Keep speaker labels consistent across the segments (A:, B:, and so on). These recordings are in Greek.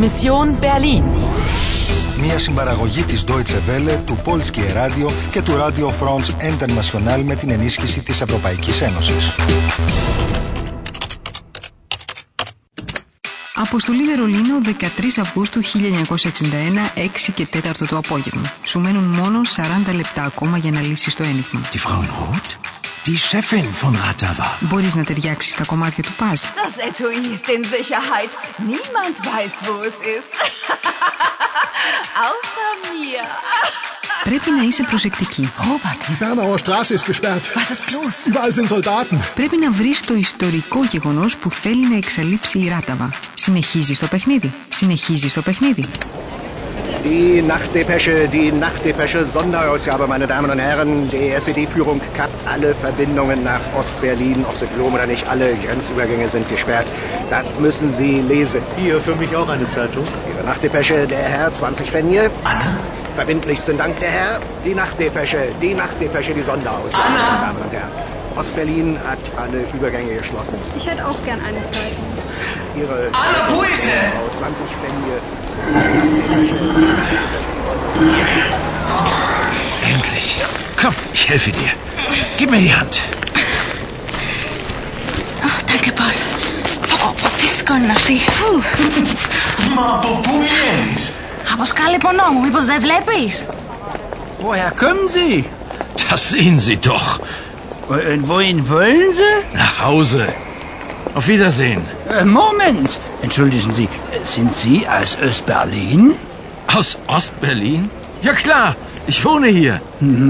A: Mission Berlin.
B: Μια συμπαραγωγή της Deutsche Welle, του Polskie Radio και του Radio France International με την ενίσχυση της Ευρωπαϊκής Ένωσης.
C: Αποστολή Βερολίνο 13 Αυγούστου 1961, 6 και 4 το απόγευμα. Σου μένουν μόνο 40 λεπτά ακόμα για να λύσεις το ένigma.
D: Die Frau in Rot? Die Chefin von Ratava.
C: Μπορείς να ταιριάξεις τα κομμάτια του παζ.
E: Das Etui ist in Sicherheit. Niemand weiß, wo es ist. Außer mir.
C: Πρέπει να είσαι προσεκτική.
F: Robert,
G: Die Bernauer oh, Straße ist gesperrt.
E: Was ist los?
G: Überall sind Soldaten.
C: Πρέπει να βρεις το ιστορικό γεγονός που θέλει να εξαλείψει η Ράταβα. Συνεχίζεις το παιχνίδι. Συνεχίζεις το παιχνίδι.
H: Die Nachtdepesche, die Nachtdepesche, Sonderausgabe, meine Damen und Herren. Die SED-Führung kappt alle Verbindungen nach Ostberlin, ob Sie glauben oder nicht. Alle Grenzübergänge sind gesperrt. Das müssen Sie lesen.
I: Hier, für mich auch eine Zeitung.
H: Ihre Nachtdepesche, der Herr, 20 Fenje. Anna? Verbindlichsten Dank, der Herr. Die Nachtdepesche, die Nachtdepesche, die Sonderausgabe, meine Damen und Herren. Ostberlin hat alle Übergänge geschlossen.
J: Ich hätte auch gern eine Zeitung.
H: Ihre
I: Anna Buise!
H: Frau 20 Fenje.
D: Endlich. Komm, ich helfe dir. Gib mir die Hand.
E: Oh, danke, Bart. Oh, δύσκολο αυτή. Φου.
I: Μα από πού βγαίνεις?
E: Από σκάλη πονό, μήπως δεν βλέπεις.
I: Woher kommen Sie?
D: Das sehen Sie doch.
I: Und wohin wollen Sie?
D: Nach Hause. Auf Wiedersehen.
I: Äh, Moment. Entschuldigen Sie, äh, sind Sie aus Östberlin?
D: Aus Ostberlin? Ja klar, ich wohne hier.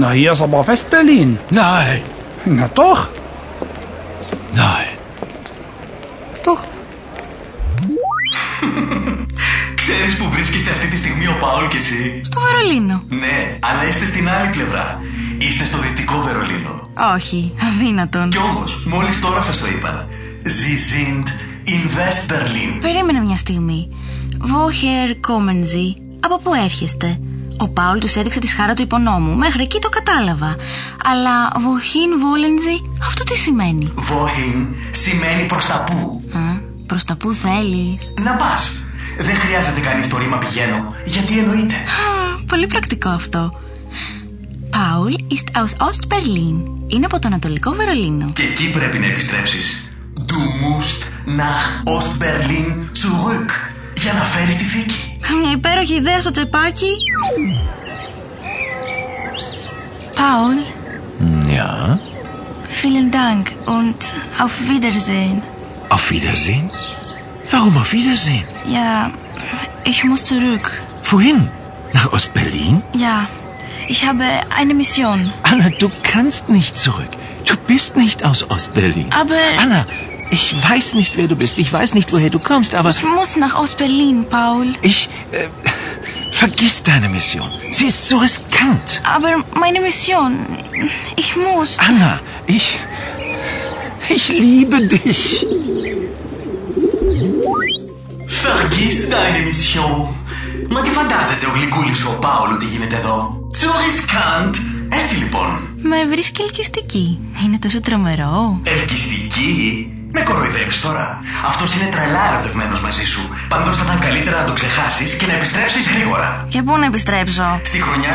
I: Na, hier ist aber Westberlin.
D: Nein,
I: Na doch.
D: nein.
C: Doch.
K: Ξέρεις που βρίσκεστε αυτή τη στιγμή ο Παόλ και εσύ.
E: Στο Βερολίνο.
K: Ναι, αλλά είστε στην άλλη πλευρά. Είστε στο δυτικό Βερολίνο.
E: Όχι, αδύνατον.
K: Κι όμως, μόλις τώρα σας το είπα. Sie sind in West Berlin.
E: Περίμενε μια στιγμή. Woher kommen Sie? Από πού έρχεστε? Ο Πάουλ τους έδειξε τη σχάρα του υπονόμου. Μέχρι εκεί το κατάλαβα. Αλλά wohin wollen Sie? Αυτό τι σημαίνει.
K: Wohin σημαίνει προς τα πού.
E: Α, προς τα πού θέλεις.
K: Να πας. Δεν χρειάζεται κανείς το ρήμα πηγαίνω, γιατί εννοείται.
E: Α, πολύ πρακτικό αυτό. Paul ist aus Ostberlin. Είναι από το Ανατολικό Βερολίνο.
K: Και εκεί πρέπει να επιστρέψεις. Du musst nach Ost-Berlin zurück. Για να φέρεις τη θήκη.
E: Καμιά υπέροχη ιδέα στο τσεπάκι. Paul,
D: Ja,
E: vielen Dank und auf Wiedersehen.
D: auf Wiedersehen? Warum auf Wiedersehen?
E: Ja, ich muss zurück.
D: Wohin? Nach Ostberlin?
E: Ja, ich habe eine Mission.
D: Anna, du kannst nicht zurück. Du bist nicht aus Ostberlin.
E: Aber
D: Anna, ich weiß nicht, wer du bist. Ich weiß nicht, woher du kommst, aber
E: ich muss nach Ostberlin, Paul.
D: ich... Äh, vergiss deine Mission. Sie ist so riskant.
E: Aber meine Mission, ich muss.
D: Anna, ich... Ich liebe dich.
K: Vergiss deine Mission. Μα τι φαντάζεται ο γλυκούλης ο Πάολο τι γίνεται εδώ. Zu riskant. Έτσι λοιπόν.
E: Με βρίσκει ελκυστική. Είναι τόσο τρομερό.
K: Ελκυστική. Με κοροϊδεύεις τώρα. Αυτός είναι τρελά ερωτευμένος μαζί σου. Πάντως θα ήταν καλύτερα να το ξεχάσεις και να επιστρέψεις γρήγορα.
E: Για πού να επιστρέψω.
K: Στη χρονιά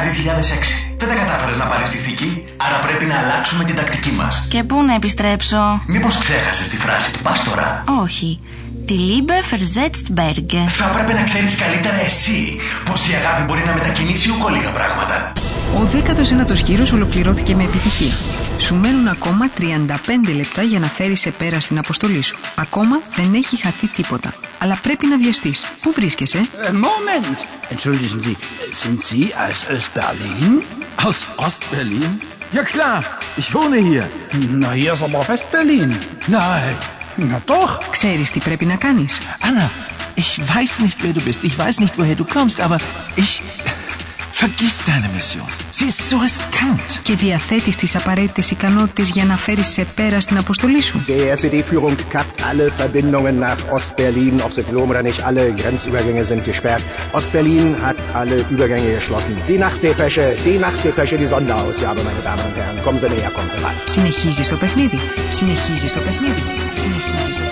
K: 2006. Δεν τα κατάφερες να πάρεις τη θήκη, άρα πρέπει να αλλάξουμε την τακτική μας.
E: Και πού να επιστρέψω.
K: Μήπως ξέχασες τη φράση του Πάστορα.
E: Όχι. Τη Liebe versetzt Berge.
K: Θα πρέπει να ξέρεις καλύτερα εσύ πω η αγάπη μπορεί να μετακινήσει ούκο λίγα πράγματα.
C: Ο 19ο γύρος ολοκληρώθηκε με επιτυχία. Σου μένουν ακόμα 35 λεπτά για να φέρεις σε πέρα στην αποστολή σου. Ακόμα δεν έχει χαθεί τίποτα. Αλλά πρέπει να βιαστείς. Πού βρίσκεσαι?
I: Äh, Moment. Entschuldigen Sie, äh, sind Sie aus Östberlin?
D: Aus Ostberlin? Ja klar, ich wohne hier.
I: Na, hier ist aber Westberlin.
D: Nein.
I: Na doch.
C: Ξέρεις τι πρέπει να κάνεις.
D: Anna, ich weiß nicht, wer du bist. Ich weiß nicht, woher du kommst, aber ich. Vergiss deine Mission. Sie ist so riskant.
C: Και διαθέτεις τις απαραίτητες ικανότητες για να φέρεις σε πέρα στην αποστολή σου.
H: Die SED-Führung kappt alle Verbindungen nach Ostberlin, ob sie glauben oder nicht. Alle Grenzübergänge sind gesperrt. Ostberlin hat alle Übergänge geschlossen. Die Nachtdepesche, die Nachtdepesche, die Sonderausgabe, meine Damen und Herren. Kommen Sie näher, kommen Sie ran.
C: Συνεχίζεις το παιχνίδι. Συνεχίζεις το παιχνίδι. Συνεχίζεις το παιχνίδι.